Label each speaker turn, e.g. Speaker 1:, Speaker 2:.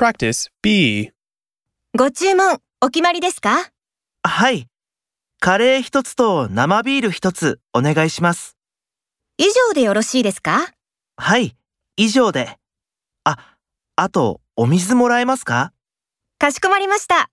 Speaker 1: Practice B.
Speaker 2: ご注文、お決まりですか
Speaker 3: はい。カレー一つと生ビール一つお願いします。
Speaker 2: 以上でよろしいですか
Speaker 3: はい。以上で。あ、あと、お水もらえますか
Speaker 2: かしこまりました。